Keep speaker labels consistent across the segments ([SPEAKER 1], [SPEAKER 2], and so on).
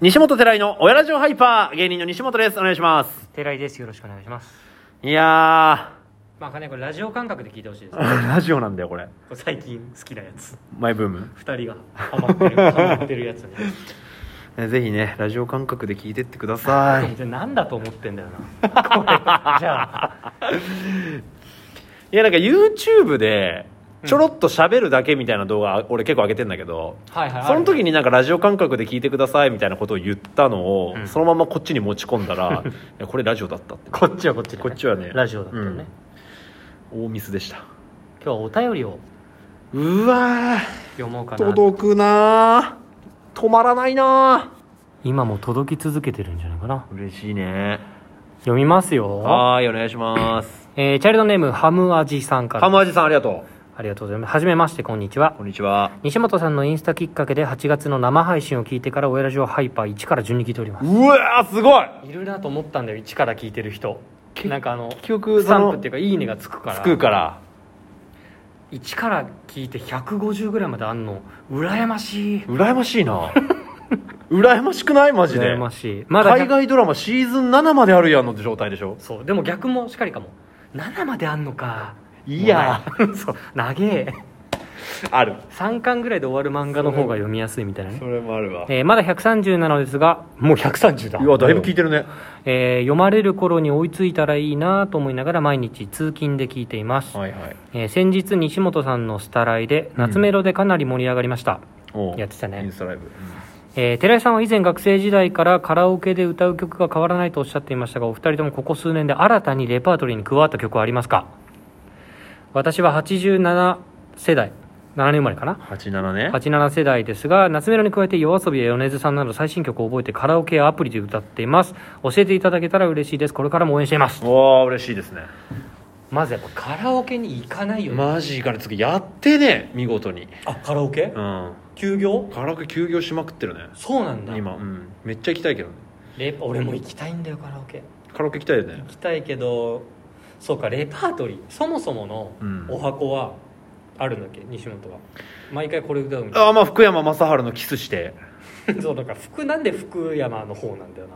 [SPEAKER 1] 西本寺井の親ラジオハイパー芸人の西本ですお願いします
[SPEAKER 2] 寺井ですよろしくお願いします
[SPEAKER 1] いや
[SPEAKER 2] まあねこれラジオ感覚で聞いてほしい ですね
[SPEAKER 1] ー ラジオなんだよこれ
[SPEAKER 2] これ最近好きなやつ
[SPEAKER 1] マイブーム
[SPEAKER 2] 2人がハマってるハマってるやつね
[SPEAKER 1] えぜひねラジオ感覚で聞いてってください
[SPEAKER 2] じゃあ何だと思ってん だよなこれじゃあ
[SPEAKER 1] いやなんか YouTube でちょろっと喋るだけみたいな動画俺結構上げてんだけど
[SPEAKER 2] はいはい
[SPEAKER 1] その時になんかラジオ感覚で聞いてくださいみたいなことを言ったのを、
[SPEAKER 2] うん
[SPEAKER 1] そのままこっちに持ち込んだ らいやこれラジオだったって
[SPEAKER 2] こっちはこっちでね
[SPEAKER 1] こっちはね
[SPEAKER 2] ラジオだったよね、
[SPEAKER 1] うん
[SPEAKER 2] 今
[SPEAKER 1] 大ミスでした
[SPEAKER 2] 日はお便りを
[SPEAKER 1] うわ
[SPEAKER 2] 読もうか
[SPEAKER 1] ー
[SPEAKER 2] な
[SPEAKER 1] 届くなー止まらないな
[SPEAKER 2] 今も届き続けてるんじゃないかな
[SPEAKER 1] ー嬉しいね
[SPEAKER 2] 読みますよ、
[SPEAKER 1] はーいお願いします
[SPEAKER 2] えー、チャイルドネームハムアジさんから
[SPEAKER 1] ハムアジさんありがと
[SPEAKER 2] ありがとうございますはじめましてこんにちは
[SPEAKER 1] うこんにちは
[SPEAKER 2] 西本さんのインスタきっかけで8月の生配信を聞いてから親ラジオハイパー1から順に聞いております
[SPEAKER 1] うわーすごい
[SPEAKER 2] いるなと思ったんだよ一から聞いてる人なんかあの
[SPEAKER 1] 記憶
[SPEAKER 2] スタンプっていうか「いいね」がつくから
[SPEAKER 1] つくから
[SPEAKER 2] 1から聞いて150ぐらいまであんの羨ましい
[SPEAKER 1] 羨ましいな 羨ましくないマジで
[SPEAKER 2] 羨ましいまだ
[SPEAKER 1] 海外ドラマシーズン7まであるやんの状態でしょ
[SPEAKER 2] そうでも逆もしかりかも7まであんのか
[SPEAKER 1] いや
[SPEAKER 2] もうない そう長え
[SPEAKER 1] ある
[SPEAKER 2] 3巻ぐらいで終わる漫画の方が読みやすいみたいなね
[SPEAKER 1] それもあるわい
[SPEAKER 2] えーまだ130なのですがもう130だ
[SPEAKER 1] やだいぶ聞いてるね
[SPEAKER 2] えー読まれる頃に追いついたらいいなと思いながら毎日通勤で聞いています、
[SPEAKER 1] はいはい
[SPEAKER 2] えー先日西本さんの「スタライ」で夏メロでかなり盛り上がりました、
[SPEAKER 1] おう
[SPEAKER 2] やってたね
[SPEAKER 1] インスタライブ、
[SPEAKER 2] えー寺井さんは以前学生時代からカラオケで歌う曲が変わらないとおっしゃっていましたがお二人ともここ数年で新たにレパートリーに加わった曲はありますか私は87世代7年生まれかな
[SPEAKER 1] 87ね
[SPEAKER 2] 87世代ですが夏メロに加えて夜遊びや米津さんなど最新曲を覚えてカラオケやアプリで歌っています教えていただけたら嬉しいですこれからも応援しています
[SPEAKER 1] おお嬉しいですね
[SPEAKER 2] まずやっぱカラオケに行かないよね、
[SPEAKER 1] マジから次やってね見事に
[SPEAKER 2] あカラオケ
[SPEAKER 1] うん
[SPEAKER 2] 休業
[SPEAKER 1] カラオケ休業しまくってるね
[SPEAKER 2] そうなんだ
[SPEAKER 1] 今うんめっちゃ行きたいけどね
[SPEAKER 2] レ俺も行きたいんだよカラオケ
[SPEAKER 1] カラオケ行きたいよね
[SPEAKER 2] 行きたいけどそうかレパートリーそもそもの
[SPEAKER 1] うん
[SPEAKER 2] お箱はあるんだっけ西本は毎回これ歌うみたい
[SPEAKER 1] ああまあ福山雅治のキスして
[SPEAKER 2] なそうなんか福なんで福山の方なんだよ な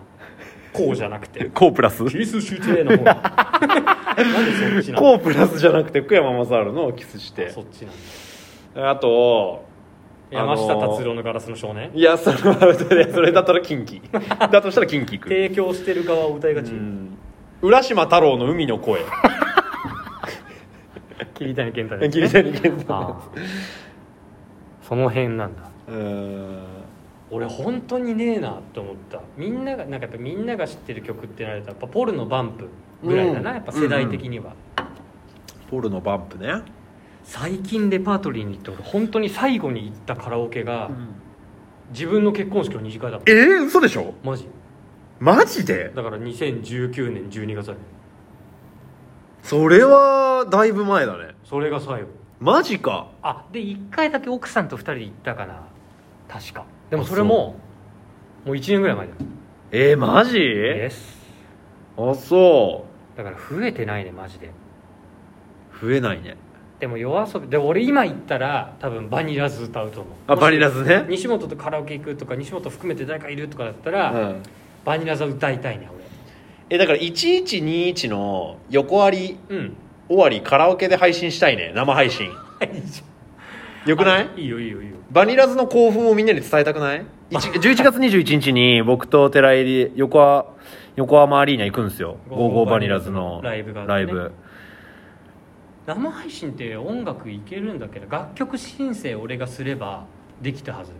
[SPEAKER 2] こうじゃなくて
[SPEAKER 1] コープラス
[SPEAKER 2] キスシュテの方なんでそっちな んだ
[SPEAKER 1] コープラスじゃなくて福山雅治のキスして
[SPEAKER 2] そっちなんだ
[SPEAKER 1] あとあの
[SPEAKER 2] 山
[SPEAKER 1] ー
[SPEAKER 2] 下達郎のガラスの少年
[SPEAKER 1] いやそれはそれだったら近畿だとしたら近畿行く
[SPEAKER 2] 提供してる側を歌いがち
[SPEAKER 1] うん浦島太郎の海の声
[SPEAKER 2] 桐谷健太
[SPEAKER 1] 桐谷健太
[SPEAKER 2] ああその辺なんだ
[SPEAKER 1] うーん
[SPEAKER 2] 俺本当にねえなって思ったみんながなんかやっぱみんなが知ってる曲ってなるとやっぱポルのバンプぐらいだな、
[SPEAKER 1] うん
[SPEAKER 2] やっぱ世代的には、
[SPEAKER 1] ポルのバンプね、
[SPEAKER 2] 最近レパートリーに行って俺本当に最後に行ったカラオケが、自分の結婚式の二次会だもん
[SPEAKER 1] えー、嘘でしょ
[SPEAKER 2] マジ
[SPEAKER 1] マジで
[SPEAKER 2] だから2019年12月だね
[SPEAKER 1] それはだいぶ前だね
[SPEAKER 2] それが最後
[SPEAKER 1] マジか
[SPEAKER 2] あで1回だけ奥さんと2人で行ったかな確かでもそれももう1年ぐらい前だよ
[SPEAKER 1] えー、マジ
[SPEAKER 2] イエス
[SPEAKER 1] あそ
[SPEAKER 2] だから増えてないねマジで
[SPEAKER 1] う増えないね
[SPEAKER 2] でも夜遊びで俺今行ったら多分バニラズ歌うと思う
[SPEAKER 1] あ
[SPEAKER 2] もし
[SPEAKER 1] バニラズね
[SPEAKER 2] 西本とカラオケ行くとか西本含めて誰かいるとかだったら、
[SPEAKER 1] うん
[SPEAKER 2] バニラズ歌いたいね
[SPEAKER 1] えだから1121の横あり
[SPEAKER 2] 俺うん
[SPEAKER 1] 終わりカラオケで配信したいね生配信よくない
[SPEAKER 2] いいよいいよいいよ
[SPEAKER 1] バニラズの興奮をみんなに伝えたくない一11月21日に僕と寺入り横浜横浜アリーナ行くんですよ「
[SPEAKER 2] ゴー
[SPEAKER 1] ゴー
[SPEAKER 2] ゴ
[SPEAKER 1] ゴ
[SPEAKER 2] ー
[SPEAKER 1] ー
[SPEAKER 2] バ
[SPEAKER 1] バ
[SPEAKER 2] ニ
[SPEAKER 1] ニ
[SPEAKER 2] ラ
[SPEAKER 1] ラ
[SPEAKER 2] ズ
[SPEAKER 1] ズ」
[SPEAKER 2] の
[SPEAKER 1] の
[SPEAKER 2] ライブがあってね
[SPEAKER 1] ライブ
[SPEAKER 2] 生配信って音楽いけるんだけど楽曲申請俺がすればできたはず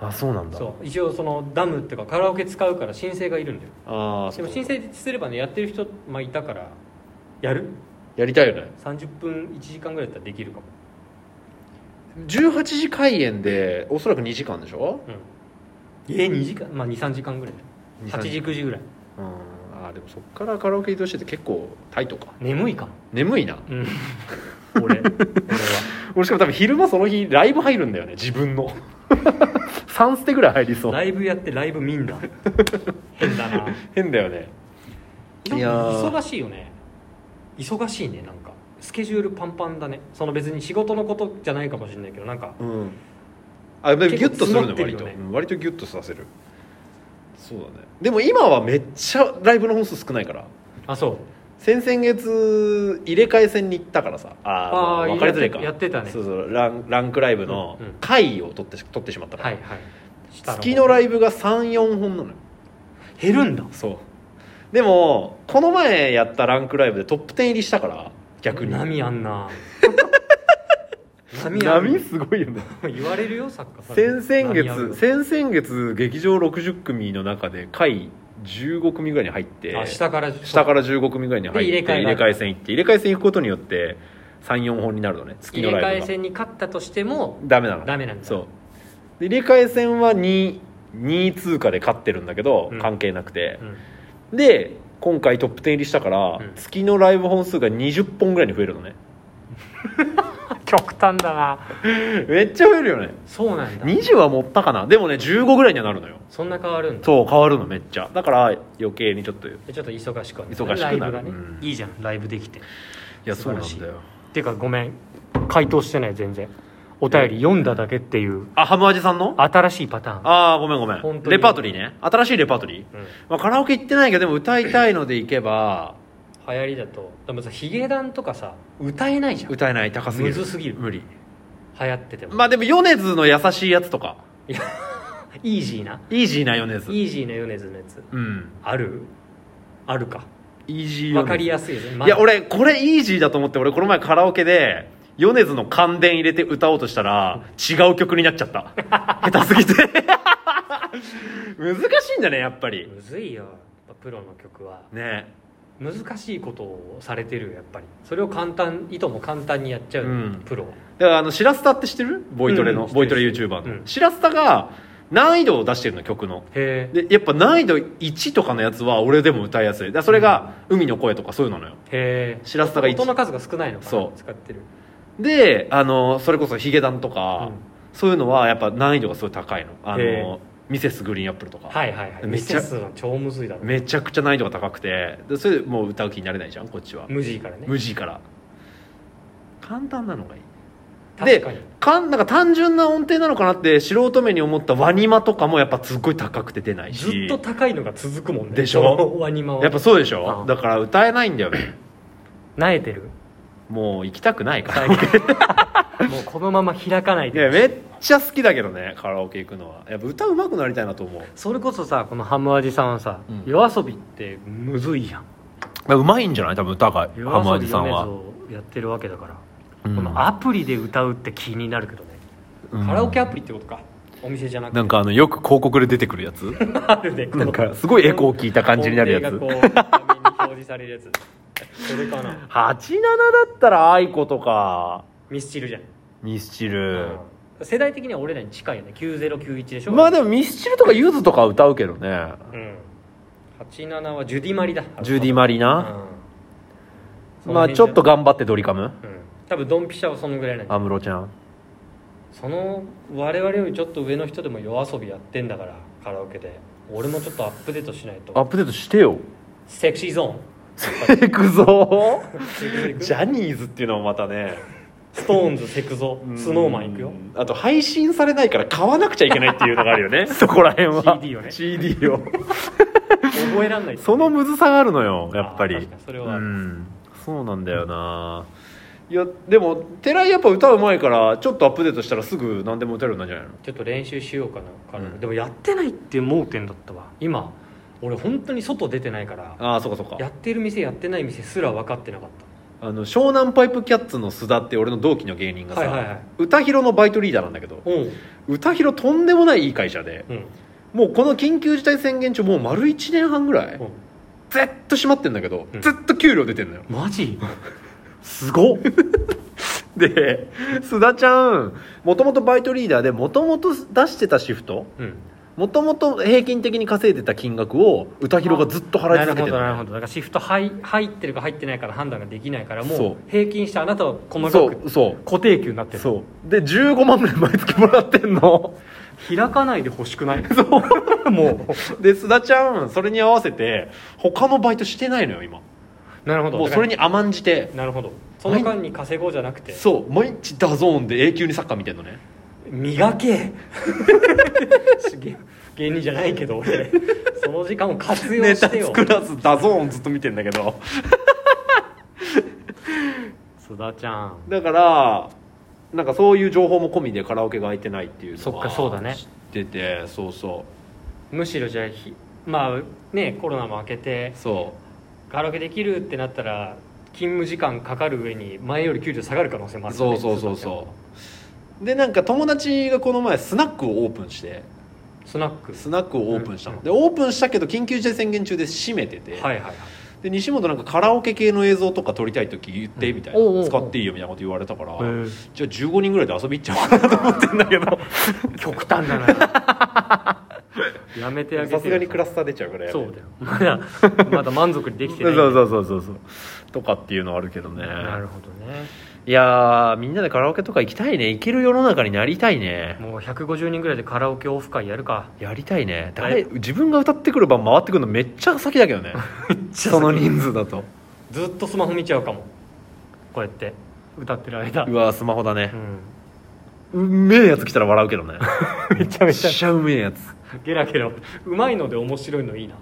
[SPEAKER 1] あそうなんだ
[SPEAKER 2] そう一応そのダムっていうかカラオケ使うから申請がいるんだよ
[SPEAKER 1] ああ
[SPEAKER 2] でも申請すればねやってる人、まあ、いたからやる
[SPEAKER 1] やりたいよね
[SPEAKER 2] 30分1時間ぐらいだったらできるかも
[SPEAKER 1] 18時開演でおそらく2時間でしょ
[SPEAKER 2] うんえ2時間まあ23時間ぐらい
[SPEAKER 1] 2 3
[SPEAKER 2] 8時9時ぐらい
[SPEAKER 1] うんあーでもそっからカラオケ移動してて結構タイトか
[SPEAKER 2] 眠いかも
[SPEAKER 1] 眠いな
[SPEAKER 2] うん俺俺は
[SPEAKER 1] 俺しかも多分昼間その日ライブ入るんだよね自分 の3ステぐらい入りそう
[SPEAKER 2] ライブやってライブ見んだ変だな
[SPEAKER 1] 変だよねいやー
[SPEAKER 2] 忙しいよね忙しいねなんかスケジュールパンパンだねその別に仕事のことじゃないかもしれないけどなんか
[SPEAKER 1] うんあでもギュッとするの
[SPEAKER 2] 結構詰まってるよね
[SPEAKER 1] 割とうん割とギュッとさせるそうだねでも今はめっちゃライブの本数少ないから
[SPEAKER 2] あそう
[SPEAKER 1] 先々月入れ替え戦に行ったからさあ
[SPEAKER 2] あー
[SPEAKER 1] ー分かりづらいか
[SPEAKER 2] やってたね
[SPEAKER 1] そうそうランランクライブの
[SPEAKER 2] うんうん
[SPEAKER 1] 回を取ってし取ってしまったから、
[SPEAKER 2] はいはい
[SPEAKER 1] 月のラ
[SPEAKER 2] イ
[SPEAKER 1] イブが34本なのよ
[SPEAKER 2] ブ減るんだ
[SPEAKER 1] そうでもこの前やったランクライブでトップ10入りしたから逆に
[SPEAKER 2] 波あん な波あん
[SPEAKER 1] 波すごいよね
[SPEAKER 2] 言われるよ作家さん
[SPEAKER 1] 先々
[SPEAKER 2] 波ある
[SPEAKER 1] 月先々月劇場60組の中で下位15組ぐらいに入って
[SPEAKER 2] あ下から
[SPEAKER 1] 下からら15組ぐらいに入って
[SPEAKER 2] で入れ替えが
[SPEAKER 1] 入れ替え戦行って入れ替え戦行くことによって34本になるのね月
[SPEAKER 2] 入
[SPEAKER 1] の
[SPEAKER 2] れ
[SPEAKER 1] ライブ
[SPEAKER 2] 替え
[SPEAKER 1] が
[SPEAKER 2] 戦に勝ったとしても
[SPEAKER 1] ダメなの
[SPEAKER 2] ダメなんだ
[SPEAKER 1] そうで入れ替え戦は2 2通過で勝ってるんだけど、
[SPEAKER 2] うん
[SPEAKER 1] 関係なくて
[SPEAKER 2] う、ん
[SPEAKER 1] で今回トップ10入りしたから、
[SPEAKER 2] うん
[SPEAKER 1] 月のライブ本数が20本ぐらいに増えるのね
[SPEAKER 2] 極端だな
[SPEAKER 1] めっちゃ増えるよね
[SPEAKER 2] そうなんだ
[SPEAKER 1] 20は持ったかなでもね15ぐらいにはなるのよ
[SPEAKER 2] そんな変わるんだ
[SPEAKER 1] そう変わるのめっちゃだから余計にちょっとい
[SPEAKER 2] でちょっと忙しくはる
[SPEAKER 1] 忙しくなる
[SPEAKER 2] ライブがね
[SPEAKER 1] うん
[SPEAKER 2] いいじゃんライブできて
[SPEAKER 1] や
[SPEAKER 2] 素晴らしい
[SPEAKER 1] よ
[SPEAKER 2] てかごめん回答してない全然お便り読んだだけっていう
[SPEAKER 1] あハムアジさんの
[SPEAKER 2] 新しいパターン
[SPEAKER 1] ああごめんごめ
[SPEAKER 2] 本
[SPEAKER 1] ん
[SPEAKER 2] 当に
[SPEAKER 1] レパートリーね新しいレパートリー、
[SPEAKER 2] うん
[SPEAKER 1] まあ、カラオケ行ってないけどでも歌いたいので行けば
[SPEAKER 2] 流行りだとでもさヒゲダンとかさ歌えないじゃん
[SPEAKER 1] 歌えない高すぎる
[SPEAKER 2] むずすぎる
[SPEAKER 1] 無理
[SPEAKER 2] 流行ってても、
[SPEAKER 1] まあでも米津の優しいやつとか
[SPEAKER 2] イージーな
[SPEAKER 1] イージーな米津
[SPEAKER 2] イージーな米津のやつ
[SPEAKER 1] うん
[SPEAKER 2] あるあるか
[SPEAKER 1] イージー米津
[SPEAKER 2] わかりやすいよね、ま
[SPEAKER 1] いや俺これイージーだと思って俺この前カラオケで米津の感電入れて歌おうとしたら違う曲になっちゃった 下手すぎて 難しいんだねやっぱり
[SPEAKER 2] むずいよやっぱプロの曲は
[SPEAKER 1] ね
[SPEAKER 2] 難しいことをされてるよやっぱりそれを簡単いとも簡単にやっちゃうよ、
[SPEAKER 1] うん
[SPEAKER 2] プロは
[SPEAKER 1] だからあの白スタって知ってるボイトレ
[SPEAKER 2] うん
[SPEAKER 1] の、
[SPEAKER 2] うん
[SPEAKER 1] ボイトレ YouTuber
[SPEAKER 2] うん
[SPEAKER 1] の白スタが難易度を出してるの曲の
[SPEAKER 2] へえ
[SPEAKER 1] でやっぱ難易度1とかのやつは俺でも歌いやすいだからそれが「海の声」とかそういうのなのよ
[SPEAKER 2] へえ
[SPEAKER 1] 白スタが一
[SPEAKER 2] 音の数が少ないのかな
[SPEAKER 1] そう
[SPEAKER 2] 使ってる
[SPEAKER 1] であのそれこそヒゲダンとか、
[SPEAKER 2] うん
[SPEAKER 1] そういうのはやっぱ難易度がすごい高いのあ
[SPEAKER 2] へ
[SPEAKER 1] のミセスグリーンアップルとか、
[SPEAKER 2] はいはいはい
[SPEAKER 1] め
[SPEAKER 2] ミ
[SPEAKER 1] っちゃ
[SPEAKER 2] セスは超むずいだろ
[SPEAKER 1] めちゃくちゃ難易度が高くてでそれでもう歌う気になれないじゃんこっちは
[SPEAKER 2] 無地からね
[SPEAKER 1] 無事から簡単なのがいい
[SPEAKER 2] 確かに
[SPEAKER 1] かんなんか単純な音程なのかなって素人目に思ったワニマとかもやっぱすっごい高くて出ないし
[SPEAKER 2] ずっと高いのが続くもんね
[SPEAKER 1] でしょ
[SPEAKER 2] ワニマは
[SPEAKER 1] やっぱそうでし
[SPEAKER 2] う
[SPEAKER 1] ょ
[SPEAKER 2] ん
[SPEAKER 1] だから歌えないんだよ ね
[SPEAKER 2] 慣れ てる
[SPEAKER 1] もう行きたくないから
[SPEAKER 2] 最
[SPEAKER 1] い
[SPEAKER 2] 近もうこのまま開かないで
[SPEAKER 1] やめっちゃ好きだけどねカラオケ行くのはやっぱ歌うまくなりたいなと思う
[SPEAKER 2] それこそさこのハムアジさんはさ、
[SPEAKER 1] うん
[SPEAKER 2] 夜遊びってむずいやん
[SPEAKER 1] うまいんじゃない多分歌が
[SPEAKER 2] 夜遊び米津をやってるわけだから、このアプリで歌うって気になるけどね、カラオケアプリってことかお店じゃなくて
[SPEAKER 1] なんかあのよく広告で出てくるやつ
[SPEAKER 2] あるね
[SPEAKER 1] なんかすごいエコー聞いた感じになるやつ
[SPEAKER 2] 音程がこう画面に表示されるやつそれかな
[SPEAKER 1] 87だったら愛子とか
[SPEAKER 2] ミスチルじゃん、
[SPEAKER 1] ミスチル
[SPEAKER 2] 世代的には俺らに近いよね9091でしょ
[SPEAKER 1] まあで
[SPEAKER 2] も、
[SPEAKER 1] もミスチルとかユズとか歌うけどね
[SPEAKER 2] うん、87はジュディマリだ
[SPEAKER 1] ジュディ・マリ
[SPEAKER 2] リ
[SPEAKER 1] な、
[SPEAKER 2] うん
[SPEAKER 1] まあちょっと頑張ってドリカム
[SPEAKER 2] うん多分ドンピシャはそのぐらいなんだ
[SPEAKER 1] 安室ちゃん
[SPEAKER 2] その我々よりちょっと上の人でも夜遊びやってんだからカラオケで俺もちょっとアップデートしない
[SPEAKER 1] アッ
[SPEAKER 2] と
[SPEAKER 1] プデートして よ
[SPEAKER 2] セクシーゾ
[SPEAKER 1] セクゾ
[SPEAKER 2] ーン
[SPEAKER 1] ジャニーズっていうのもまたね
[SPEAKER 2] ストーンズセクゾースノーマンいくよ
[SPEAKER 1] あと配信されないから買わなくちゃいけないっていうのがあるよねそこら辺は
[SPEAKER 2] CD をね
[SPEAKER 1] CD を
[SPEAKER 2] 覚えらんな い
[SPEAKER 1] そのむずさがあるのよやっぱ
[SPEAKER 2] あー
[SPEAKER 1] り
[SPEAKER 2] 確かにそれはあ
[SPEAKER 1] う
[SPEAKER 2] る
[SPEAKER 1] んそうなんだよないやでも寺井やっぱ歌うまいからちょっとアップデートしたらすぐ何でも歌えるようになるんじゃないの
[SPEAKER 2] ちょっと練習しようかなカラオケ
[SPEAKER 1] うん
[SPEAKER 2] でもやってないって盲点だったわ今俺本当に外出てないから
[SPEAKER 1] ああそうかそう
[SPEAKER 2] や
[SPEAKER 1] か
[SPEAKER 2] ってる店やってない店すら分かってなかっ
[SPEAKER 1] あの湘南パイプキャッツの須田って俺の同期の芸人
[SPEAKER 2] た
[SPEAKER 1] がさ、
[SPEAKER 2] はいはいはい
[SPEAKER 1] 歌広のバイトリーダーなんだけど
[SPEAKER 2] うん
[SPEAKER 1] 歌広とんでもないいい会社で
[SPEAKER 2] うん
[SPEAKER 1] もうこの緊急事態宣言中もう丸1年半ぐらい
[SPEAKER 2] うん
[SPEAKER 1] ずっと閉まってんだけど
[SPEAKER 2] うん
[SPEAKER 1] ずっと給料出てんのよ
[SPEAKER 2] マジすごっ
[SPEAKER 1] で須田ちゃんもともとバイトリーダーでもともと出してたシフト
[SPEAKER 2] うん
[SPEAKER 1] もともと平均的に稼いでた金額を歌広がずっと払い続けて
[SPEAKER 2] なるほどなる
[SPEAKER 1] る
[SPEAKER 2] ほどだからシフト入入ってるか入ってないから判断ができないから
[SPEAKER 1] そ
[SPEAKER 2] も
[SPEAKER 1] う
[SPEAKER 2] う平均してあなたは細か
[SPEAKER 1] そ
[SPEAKER 2] く
[SPEAKER 1] うそう
[SPEAKER 2] 固定給になってる
[SPEAKER 1] そうで15万ぐらい毎月もらってんの
[SPEAKER 2] 開かないで欲しくないそう も
[SPEAKER 1] で須田ちゃんそれに合わせて他のバイトしてないのよ今
[SPEAKER 2] うなるほど
[SPEAKER 1] もうそれに甘んじて
[SPEAKER 2] なるほどその間に稼ごうじゃなくて
[SPEAKER 1] そう毎日ダゾーンで永久にサッカー見てんのね
[SPEAKER 2] 磨けすげえ芸人じゃないけど俺その時間を活用
[SPEAKER 1] ネタ
[SPEAKER 2] してよ
[SPEAKER 1] 作らずダゾーンずっと見てんだけど
[SPEAKER 2] 須田ちゃん
[SPEAKER 1] だからなんかそういう情報も込みでカラオケが空いてないっていうのは
[SPEAKER 2] そっかそうだね
[SPEAKER 1] 知っててそうそ
[SPEAKER 2] むしろじゃあひまあねコロナも明けて
[SPEAKER 1] うそ
[SPEAKER 2] カラオケできるってなったら勤務時間かかる上に前より給料下がる可能性もあ
[SPEAKER 1] う
[SPEAKER 2] る
[SPEAKER 1] そうそうそうそうでなんか友達がこの前スナックをオープンして
[SPEAKER 2] うスナック
[SPEAKER 1] スナックをオープンしたの、
[SPEAKER 2] うん
[SPEAKER 1] でオープンしたけど緊急事態宣言中で閉めてて、
[SPEAKER 2] はいはいはい
[SPEAKER 1] で西本なんかカラオケ系の映像とか撮りたい時言って
[SPEAKER 2] うん
[SPEAKER 1] みたいな、
[SPEAKER 2] おうおうおう
[SPEAKER 1] 使っていいよみたいなこと言われたから、
[SPEAKER 2] へえ
[SPEAKER 1] じゃあ15人ぐらいで遊び行っちゃおうかなと思ってんだけど
[SPEAKER 2] 極端だな やめてあげて
[SPEAKER 1] さ
[SPEAKER 2] よ
[SPEAKER 1] すがにクラスター出ちゃうからやめ
[SPEAKER 2] そ
[SPEAKER 1] る
[SPEAKER 2] うだよまだまだ満足にできてない
[SPEAKER 1] そうそうそうそうそうとかっていうのはあるけどね
[SPEAKER 2] なるほどね
[SPEAKER 1] いやーみんなでカラオケとか行きたいね行ける世の中になりたいね
[SPEAKER 2] もう150人ぐらいでカラオケオフ会やるか
[SPEAKER 1] やりたいね
[SPEAKER 2] 誰
[SPEAKER 1] 誰自分が歌ってくる番回ってくるのめっちゃ先だけ どねその人数だと
[SPEAKER 2] ずっとスマホ見ちゃうかもこうやって歌ってる間
[SPEAKER 1] うわースマホだね
[SPEAKER 2] う、ん
[SPEAKER 1] うめえやつ来たら笑うけどね
[SPEAKER 2] めちゃ
[SPEAKER 1] め
[SPEAKER 2] め
[SPEAKER 1] っ
[SPEAKER 2] ちゃ
[SPEAKER 1] ちゃうめえやつ
[SPEAKER 2] ゲラゲラうまいので面白いのいいな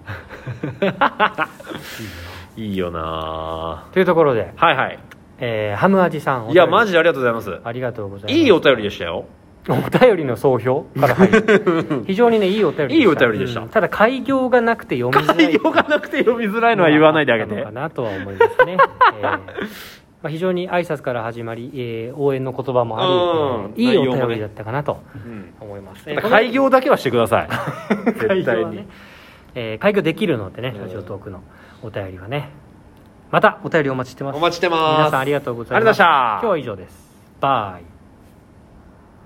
[SPEAKER 2] い
[SPEAKER 1] いよな
[SPEAKER 2] というところで、
[SPEAKER 1] ーはいはい
[SPEAKER 2] えーハムアジさん
[SPEAKER 1] いやマジ
[SPEAKER 2] ジ
[SPEAKER 1] でありがとうございま
[SPEAKER 2] ありがとうございますす
[SPEAKER 1] いいお便りでしたよ
[SPEAKER 2] お便りの総評から 入る非常にねいいお便りでした
[SPEAKER 1] いいお便りでした
[SPEAKER 2] うんただ開業がなくて読みづらい
[SPEAKER 1] 開業がなくて読みづらいのは言わないであげ
[SPEAKER 2] の
[SPEAKER 1] て
[SPEAKER 2] かなとは思いますね、えーまあ、非常に挨拶から始まり、えー応援の言葉もあり、
[SPEAKER 1] うん
[SPEAKER 2] えーいい
[SPEAKER 1] 内容
[SPEAKER 2] お
[SPEAKER 1] も
[SPEAKER 2] 便
[SPEAKER 1] ね
[SPEAKER 2] りだったかなと
[SPEAKER 1] うん
[SPEAKER 2] 思います、
[SPEAKER 1] ただ開業だけはしてください
[SPEAKER 2] 開
[SPEAKER 1] 絶
[SPEAKER 2] 業
[SPEAKER 1] 対
[SPEAKER 2] は
[SPEAKER 1] に
[SPEAKER 2] ね、えー開業できるのでね
[SPEAKER 1] うん
[SPEAKER 2] ラジオトークのお便りはねまたお便りお待ちしてます
[SPEAKER 1] お待ちしてます
[SPEAKER 2] 皆さんありがとうございます
[SPEAKER 1] ありがとうございました
[SPEAKER 2] 今日は以上ですバイ